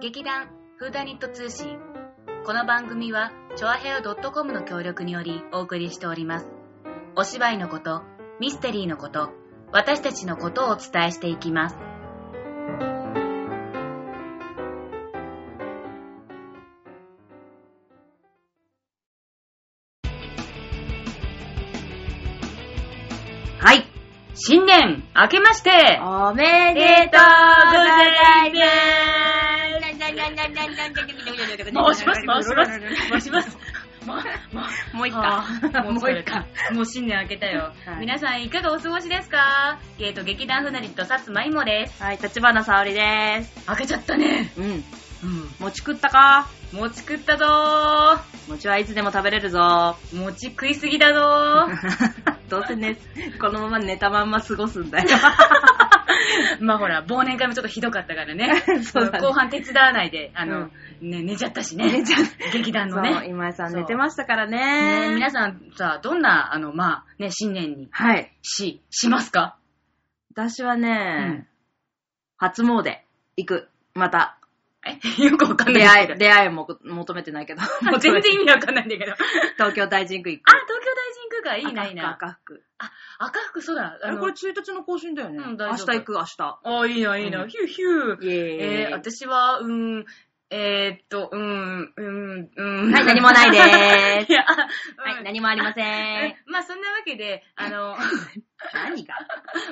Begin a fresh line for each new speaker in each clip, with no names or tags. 劇団フーダニット通信この番組はチョアヘア .com の協力によりお送りしておりますお芝居のことミステリーのこと私たちのことをお伝えしていきますはい新年明けまして
おめでとうござい
回しま
ます。
す回します 回します
もう一
あ
回。
ーもう一回。もう新年明けたよ。
はい
皆さんいかがお過ごしですかえーと、劇団ふなりとさつまいもです。
はい、立花沙織です。
明けちゃったね。
うん。
うん。
餅食ったか
餅食ったぞ
餅はいつでも食べれるぞ。
ー。餅食いすぎだぞー。
どうせね、このまま寝たまんま過ごすん だよ。
まあほら、忘年会もちょっとひどかったからね。
そうだね
後半手伝わないで、あの、ね、寝ちゃったしね。寝ちゃ劇団の
そう、
ね。
今井さん寝てましたから
ね
ね。
皆さんさ、どんな、あの、まあ、ね、新年に
はい。
し、しますか
私は
う
ね、。初詣行く。また。
え、 よくわかんない。
出会える。出会いも求めてないけ ど。
あ。全然意味わかんないんだけど。
東京大神宮行
あ、
く。
東京大神宮か。いいな、いいな。
赤服。
赤服、そうだ。
あれこれ1日の更新だよね。
うん大
明
丈
日
夫
行く、明日。
あ、いいな、いいな。
うん
ヒューヒュー。
イ
えー、
エーイ。
私は、うーん、えー、っと、うーん、うーん、うーん。
はい、何もないでーす。
いや、
はい、
何
何もありませ
え
ん。
まあそんなわけで、あの、
何が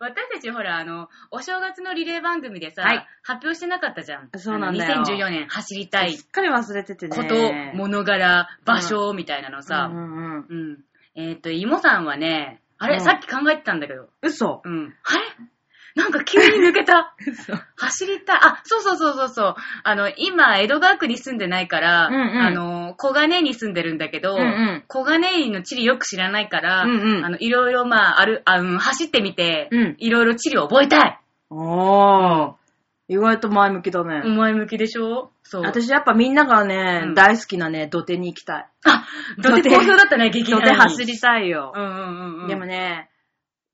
私たちほら、あの、お正月のリレー番組でさ、
はい
発表してなかったじゃん。
そうなんだよ
あの2014年走りたい
すっかり忘れててね。
こと、物柄、場所、みたいなのさ
う、んうん。
うん、えー、っと、イモさんはね、あれ、
うん
さっき考えてたんだけど、
嘘
うん。あれなんか急に抜けた。
嘘。
走りたい。あ、そうそうそうそうそう。あの、今、江戸川区に住んでないから、
うんうん
あの、小金井に住んでるんだけど、
うんうん
小金井の地理よく知らないから、
うんうん
あの、いろいろ、まあ、ある、あうん、走ってみて、
うん
いろいろ地理を覚えたい。
おー。意外と前向きだね。
前向きでしょそう。、
私やっぱみんなが
うん
ね、大好きなね、土手に行きたい。
あ、土手好評だったね、劇
土
団
手
に。
走。りたいよ
う。んうんうんうん。
でもね、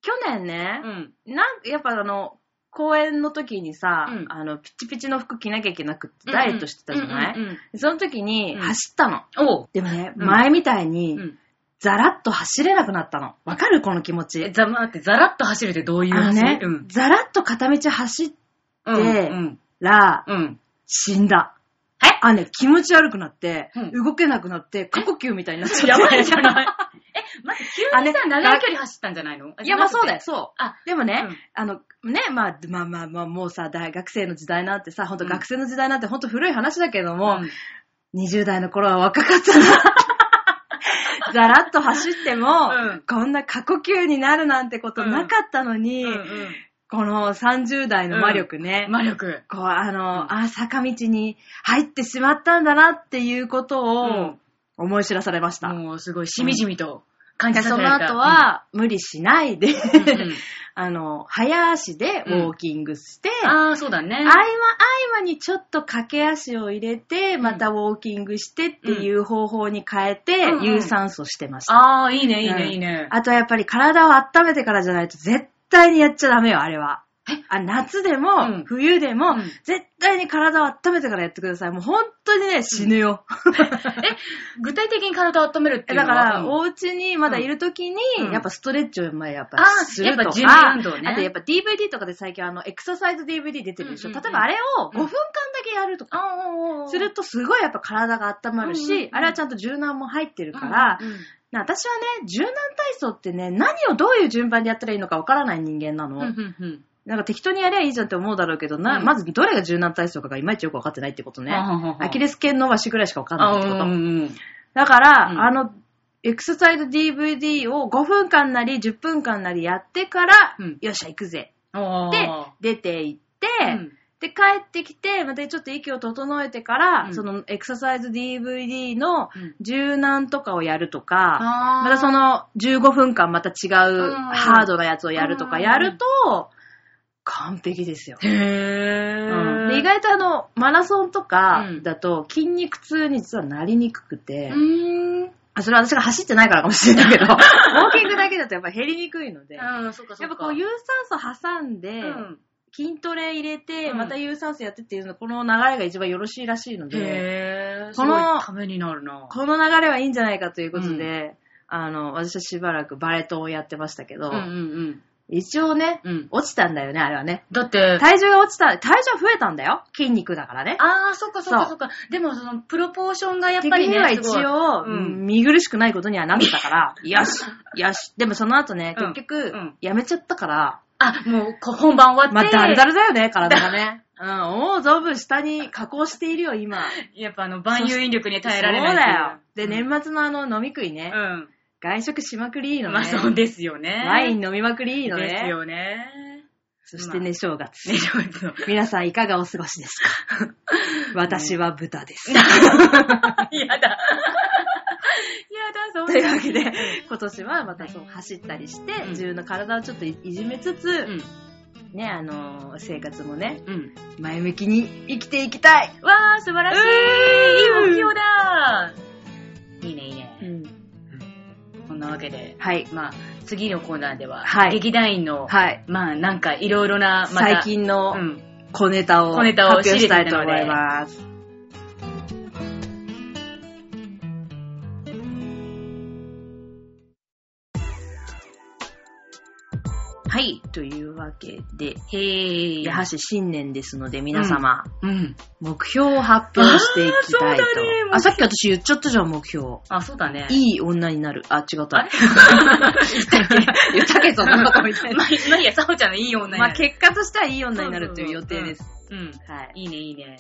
去年ね
う、ん。
なんやっぱあの、公演の時にさ、
うん
あの、ピチピチの服着なきゃいけなくって、ダイエットしてたじゃない、
うんうんうん
その時に
うん
走ったの。
おう。
でもね、
うん
前みたいうに、
ん。
ザラッと走れなくなったの。わかるこの気持
え、
ち。
ざまって、ざらっと走るってどういう
あの
走り
ね、
うん。
ザラッと片道走
うん。うん。
ら、
うん。
死んだ。
え
あ、ね、気持ち悪くなって、
うん
動けなくなって、過呼吸みたいになっちゃって。
やばいじゃない。え、待って、急にさ、
あね
長い距離走ったんじゃないの
いや、まあそうだ
よ。
よ、そう。
あ、
でもね、
うん
あの、ね、まあ、まあまあまあ、もうさ、大学生の時代なんてさ、ほんと
うん
学生の時代なんてほんと古い話だけども、
うん
20代の頃は若かった な。ざらっと走っても、
うん
こんな過呼吸になるなんてことなかったのに、
うんうん
この30代の魔力ね、
魔力。
こう、あの、
うん
あ、坂道に入ってしまったんだなっていうことを思い知らされました。
もうすごい、しみじみと感
で
じさ
そ
せ
の
られた。
後は、無理しないで、
うん、うんうん
あの、早足でウォーキングして、
ああ、そうだね
合。間合間にちょっと駆け足を入れて、またウォーキングしてっていう方法に変えて、
うん
有酸素してました。
ああ、いいね、いい
うん
ね、いいね。
あとはやっぱり体を温めてからじゃないと絶対にやっちゃダメよ、あれは。あ夏でも、
うん
冬でも、
うん
絶対に体を温めてからやってください。もう本当にね、死ぬよ。
具体的に体を温めるって
え
いう
だ
の
か
は。
ら、
うん
お家にまだいるときに、
うん
やっぱストレッチをまあやっぱ
あー
するとか、
やっぱ準備運動ね
あとやっぱ DVD とかで最近あの、エクササイズ DVD 出てるでし
う
ょ。
んうんうん
例えばあれを5
うん
分間だけやるとか、
あー
するとすごいやっぱ体が温まるし、
うんうんうん
あれはちゃんと柔軟も入ってるから、
うんうん
な私はね、柔軟体操ってね、何をどういう順番でやったらいいのかわからない人間なの。
うんうんうん
なんか適当にやりゃいいじゃんって思うだろうけどな、
うん
まずどれが柔軟体操かがいまいちよくわかってないってことね。
あははは
アキレス腱伸ばしぐらいしかわかんない
あ
って
ー
こ
うん
と。
うんうん
だから、
うん
あの、エクササイズ DVD を5分間なり10分間なりやってから、
うん
よっしゃ行くぜ
あ
で
ー
出て行って、
うん
で、帰ってきて、またちょっと息を整えてから、
うん
そのエクササイズ DVD の
うん
柔軟とかをやるとか、
あー
またその15分間また違ううんハードなやつをやるとかやると、完璧ですよ。
へ
うん
え。
で意外とあの、マラソンとか
うん
だと筋肉痛に実はなりにくくて、
うーん。
あそれは私が走ってないからかもしれな いけど、ウォーキングだけだとやっぱ減りにくいので、やっ
うん、そっかそっか。
ぱこう有酸素挟んで、
うん
筋トレ入れて、
うん
また有酸素やってっていうの、この流れが一番よろしいらしいので、
へえ。
この
すごいためになるな。
この流れはいいんじゃないかということで、あの、私はしばらくバレトンをやってましたけど、
うんうん
一応ね、
うん。うん。
落ちたんだよね、あれはね。
だって、
体重が落ちた、体重は増えたんだよ。筋肉だからね。
ああ、そっかそっかそ
そ
っか。でもその、プロポーションがやっ
的
ぱり
に
ね、
は
す
一
ごい。
応、
うん
見苦しくないことにはなってた から、よし、よし。でもその後ね、
うん
結局
うん、
やめちゃったから、
あ、もうこ本番終わって。
まあ、だるだるだよね、体がね。うん、もう存分下に加工しているよ、今。
やっぱあの、万有引力に耐えられない
そうだよ。
ってい
で、
う
年末のあの、飲み食いね。
うん。
外食しまくりいいのね。
まあそうですよね。
ワイン飲みまくりいいのね。
ですよね。
そしてね、正月。
ね、上手の。
皆さんいかがお過ごしです か私は豚です。
やだ。やだ、そう
というわけで、 今年はまたそう走ったりして、
うん
自分の体をちょっといじめつつ、ね、あのー生活もね、
うん。うん。
前向きに生きていきたい、
わー、素晴らし
う
い。い
ーん
い目標だ。いいね、いいね。
うん
こんなわけで、
はい。
まあ、次のコーナーでは、
はい
劇団員の、
はい。
まあ、なんかいろいろな、また、
最近の
うん、
小ネタを
小
発
ネタを
表したいと思います。はい。というわけで、
へー。
やはし新年ですので皆様、
うん。
目標を発表していき
あーそ
たいと
うだね。
あ、さっき私言っちゃったじゃん、目標。
あ、そうだね。
いい女になる。あ、違った
あれ。
言ったっけ、そんなことみた い
ま
な。
あ、まあ、いいや、サホちゃんのいい女に
ま
な
あ、
る。
結果としてはいい女になるという予定です。
うん。
はい。
いいね、いいね。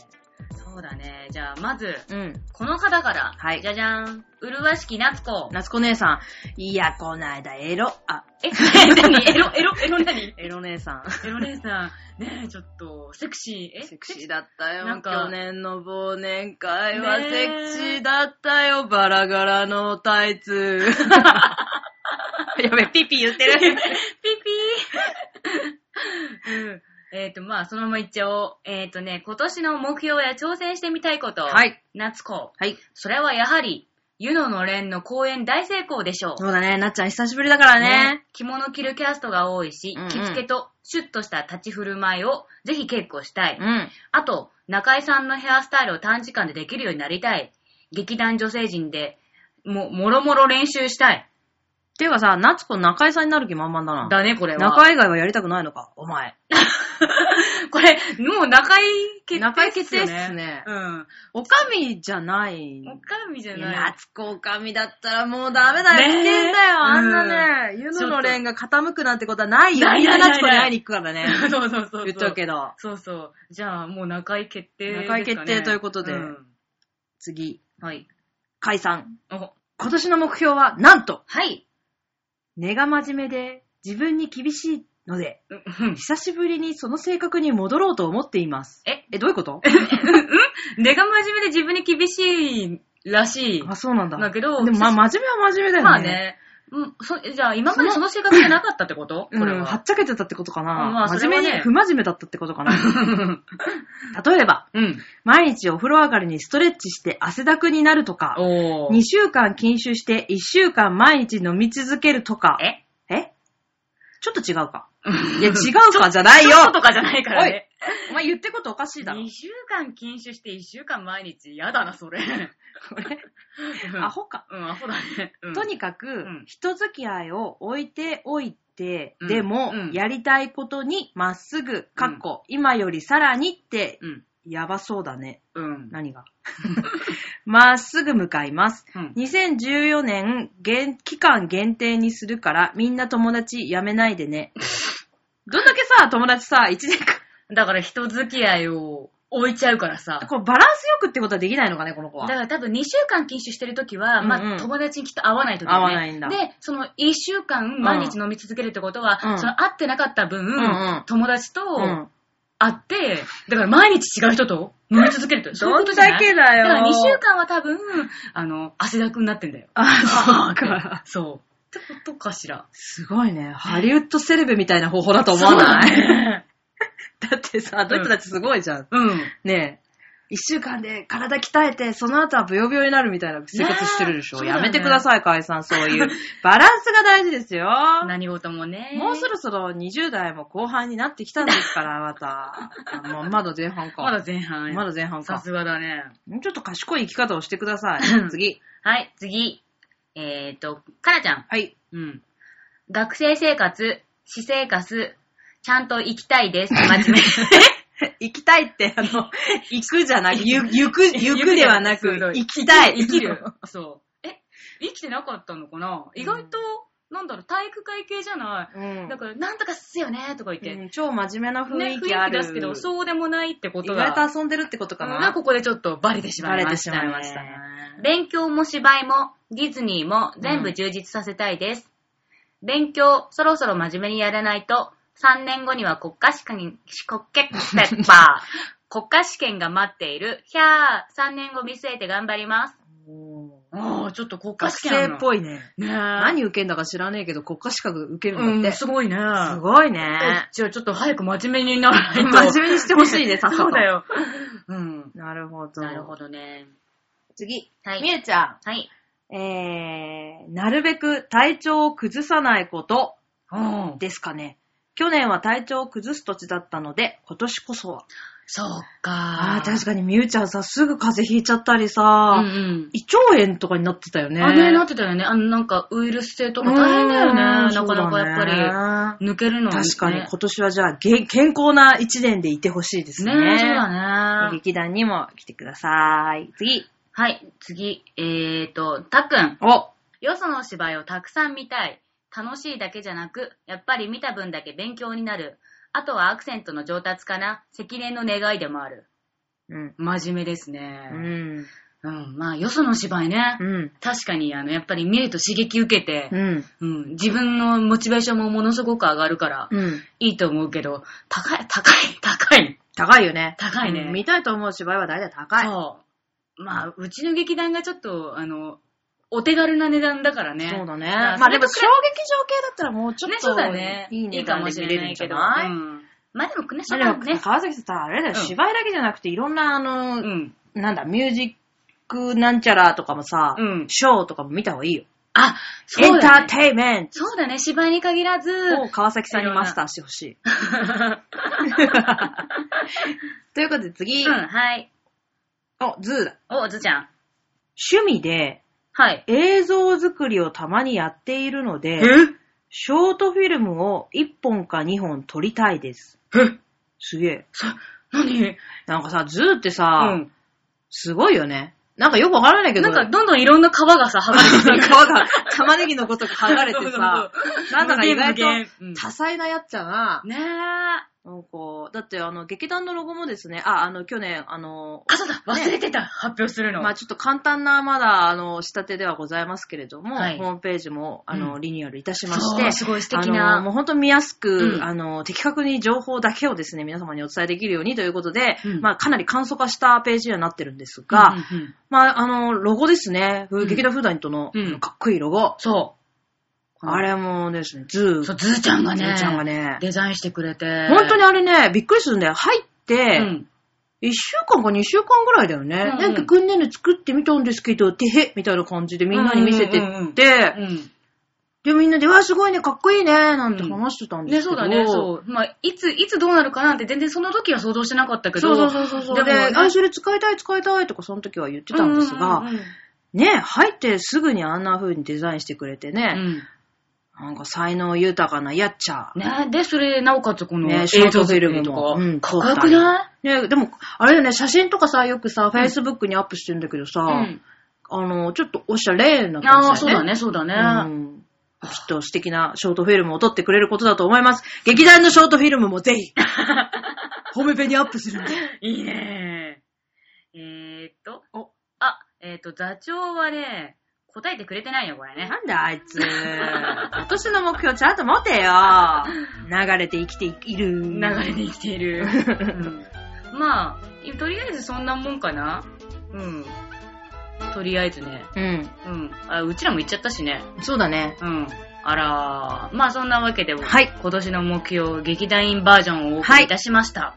そうだね。じゃあ、まず、
うん。
この方から、
はい
じゃじゃん。うるわしき夏子。
夏子姉さん。いや、こないだエロ、あ、
え、 何エロ、エロ、エロ何
エロ姉さん。
エロ姉さん、ねえ、ちょっと、セクシー、え
セクシーだったよ。
なんか
去年の忘年会は
ねえ
セクシーだったよ。バラ柄のタイツ。 やべ、ピピ言って
ピ
る。
ピー。うん。えっ、と、まあ、そのまま一応、えっ、とね、今年の目標や挑戦してみたいこと。。
はいい。
夏子。
はい。
それはやはり、湯野の連の公演大成功でしょう。
そうだね。なっちゃん久しぶりだからね。
着物着るキャストが多いし、
うんうん
着付けとシュッとした立ち振る舞いをぜひ結構したい。
うん。
あと、中井さんのヘアスタイルを短時間でできるようになりたい。劇団女性陣で、も、もろもろ練習したい。
ていうかさ、夏子中井さんになる気満々だな。
だね、これは。
中井以外はやりたくないのかお前。
これ、もう中井決定
中井
決定
決定
っ
っ
すね。
すね
うん。
おかみじゃない。
おかみじゃ
い
ない。
や夏子おかみだったらもうダメだよ。
ねえ
危険だよ。あんなね、湯野の蓮が傾くなんてことはないよ。
ない
みんな
ない
夏子に会いに行くからね。
そうそうそうそう。
言っちゃうけど。
そうそう。じゃあ、もう中井決定ですか、ね。
中井決定ということで
ん
次、
はい。
解散。
お、
今年の目標は、なんと、
はい。
根が真面目で、自分に厳しいので、
うん
久しぶりにその性格に戻ろうと思っています。
え、
え、どういうこと
根が真面目で自分に厳しいらしい。
あ、そうなんだ。
だけど、
でもまあ、真面目は真面目だよね。
まあね。うん、そ、じゃあ今までその性格じゃなかったってことこ
こ
れ
れは。は
は
っ。ちゃけてたってことかな。
まあそれ
真
は
面
ね
目に、不真面目だったってこと かな。例えば、
うん。
毎日お風呂上がりにストレッチして汗だくになるとか、
おー
2。週間禁酒して1週間毎日飲み続けるとか、
え
えちょっと違うか。い
い
や、違うかじゃないよ
とかじゃないからね。
お前言ってることおかしいだろ
2。週間禁酒して1週間毎日、やだな、それ。
俺
うん
アホか。
うん、アホだね。うん
とにかく、
ん
人付き合いを置いておいて、
うん
でも、
うん
やりたいことにまっすぐ、かっこ、今よりさらにって、
うん。
やばそうだね。
うん。
何 がまっすぐ向かいます。
うん
2014年限、期間限定にするから、みんな友達やめないでね。どんだけさ、友達さ、1年間、
だから人付き合いを置いちゃうからさ。
こうバランスよくってことはできないのかね、この子
だ
は。
から多分2週間禁酒してるときは、
うん
ま
う
あ
ん
友達にきっと会わないときね。
会わないんだ
で、その1週間毎日飲み続けるってことは、
うん
その会ってなかった分、
んうん
友達と
うん。
会って、だから毎日違う人と飲み続けるって、そういう
ど
こ
ん
とじゃない
だけだよ。
だから2週間は多分、あの、汗だくになってんだよ。
あ、そうか。
そう。ってことかしら。
すごいね。ハリウッドセレブみたいな方 法だと思わない、
い
だってさ、あの人たちすごいじゃん。
うん。
ね一週間で体鍛えて、その後はブヨブヨになるみたいな生活してるでしょ。
ねえ
やめてください、解散、そう いう。バランスが大事ですよ。
何事もね。
もうそろそろ20代も後半になってきたんで すから、また。まあまだ前半か。
まだ前半。
まだ前半
さ
か。
すがだね。
もうちょっと賢い生き方をしてく ださ
う
い。
ん
次。
はい、次。えっ、ー、と、かなちゃん。
はい。
うん。学生生活、私生活、ちゃんと行きたいです。真面目。
行きたいって、あの、行くじ ゃなく、ゆ行く、行くではなく、
鋭い
行きたい。
生きる。 そう。え、生きてなかったのかな意外と、なんだろう、体育会系じゃない。
うん
だから、なんとかっすよねとか言って。
うん超真面目な雰
ね、
囲
雰
気あ
囲気
る。
出すけど、そうでもないってこと
意
が。
外と遊んでるってことか
が
な。
ここでちょっとバレてしま
バ
い
レ
ま
て
し。
したまいましたね。
勉強も芝居も、ディズニーも全部充実させたいです。勉強、そろそろ真面目にやらないと、3年後には国家試験に、国家、ステ ッパー。国家試験が待っている。ひゃー、3年後見据えて頑張ります。ああ、ちょっと国
学生っ
い。
ぽいね。
ねえ。
何受けんだか知らねえけど、国家資格受け
う
る
ん
だ
ん、
って。
すごいね。
すごいね。
じゃあちょっと早く真面目にならないと。
真面目にしてほしいね、さっさと。
そうだよ。うん。
なるほど。
なるほどね。
次。
はい
みゆちゃ
はい。
ん。えー、なるべく体調を崩さないこと
うん。
ですかね。去年は体調を崩す土地だったので、今年こそは。
そう
あ
か。
あー、確かにみゆちゃんさ、すぐ風邪ひいちゃったりさ、
うんうん。
胃腸炎とかになってたよね。
あれなってたよね。あの、なんか、ウイルス性とか大変だよね。
うん
なかなかやっぱ
そう
り、
だね
抜けるの
確かに
ね
今年はじゃあ、げ健康な一年でいてほしいですね。
ねえ、そうだね。
劇団にも来てください。次。
はい、次。えーと、たっくん。
お
よその芝居をたくさん見たい。楽しいだけじゃなく、やっぱり見た分だけ勉強になる。あとはアクセントの上達かな。積年の願いでもある。
うん。
真面目です
う
ね。
ん。
うん、まあ、よその芝居ね。
うん。
確かに、あの、やっぱり見ると刺激受けて、
うん。
うん、自分のモチベーションもものすごく上がるから、
うん。
いいと思うけど、高い、高い、高い。
高いよね。
高いね
うん見たいと思う芝居は大体高い。
そう。まあ、うちの劇団がちょっと、あの、お手軽な値段だからね。
そうだね。
まあ
まあでも、
そ
小
れ
劇場系だったらもうちょっ
ね、
と、
そうだね。
いいね。
かもしれないけど。う
まあ
んまあでも、くねしょ
で
だ
も
ね。
川崎さん、あれだよ、
うん
芝居だけじゃなくて、いろんな、あ
う
の、
ん。
なんだ、ミュージックなんちゃらとかもさ、
うん
ショーとかも見た方がいいよ。
あ、
エ
そ
ン
うだ
ター
ね。
テイメン
そうだね、芝居に限らず、
トを川崎さんにマスターしてほしい。 ということで次、
うん、はい。
お、ズーだ。
お、ずちゃん。
趣味で
はい。
映像作りをたまにやっているので、ショートフィルムを1本か2本撮りたいです。
え
すげえ。
何
なんかさ、ズーってさ、
うん。
すごいよね。なんかよくわからないけど、
なんか、どんどんいろんな皮がさ、剥がれてくる。
皮が玉ねぎのごとく剥がれて
そうそう
さ、なんだか意外と
無限無限うん
多彩なやっちゃな。
ねえ。
なんか、だってあの、劇団のロゴもですね、あ、あの、去年、あの、
あ、そうだ、忘れてた、発表するの。
まあちょっと簡単な、まだ、あの、仕立てではございますけれども、
はい
ホームページも、あの、
うん
リニューアルいたしまし
そう、
て、
すごい素敵な。
あの、もう本当見やすく、
うん
あの、的確に情報だけをですね、皆様にお伝えできるようにということで、
うん
まあ、かなり簡素化したページにはなってるんですが、
うんうんうん
まあ、あの、ロゴですね、
ん
劇団フーダニットの、
うん
かっこいいロゴ。
そう。
あれもですね、ズー、
そう、ズーちゃんがね、
ズーちゃんがね
デザインしてくれて。
本当にあれね、びっくりするんだよ。入って、
うん。
1週間か2週間ぐらいだよね。
うんうん
なんかこんなの作ってみたんですけど、てへみたいな感じでみんなに見せてって、
うんうんうんうんうん。
で、みんなで、わあ、すごいね、かっこいいね、なんて話してたんで
ね、
すけ
そう
ど、
だね、そう。まあ、いつ、いつどうなるかなんて全然その時は想像してなかったけど。
そうそうそうそう。
でも
で、
ね、
あ、それ使いたい使いたいとかその時は言ってたんですが、
うんうんうん
ね、入ってすぐにあんな風にデザインしてくれてね、なんか才能豊かなやっちゃ
う。んね、で、それ、なおかつこの、
ね、ショ
映
ート
像
フ
作
ィルム
りとか。
も。うん、
かっこよ
撮た
く
り
ない
ね、でも、あれよね、写真とかさ、よくさ、Facebook にアップしてんだけどさ、
うん。
あの、ちょっとおしゃれな感じだよね。
ああ、そうだね、そうだね。
うんきっと素敵なショートフィルムを撮ってくれることだと思います。劇団のショートフィルムもぜ ひ、ホメペにアップするんで。
いいね。えーっと、
お
あ、えーっと、座長はね、答えてくれてないよ、これね。
なんだあいつ。今年の目標ちゃんと持てよ。流れて生きている。
流れで生きてい る。うんまあ、とりあえずそんなもんかな。うん。とりあえずね。
うん。
うん。あ、うちらも行っちゃったしね。
そうだね。
うん。あらーまあそんなわけで、
はい
今年の目標、劇団員バージョンをお送りいたしました。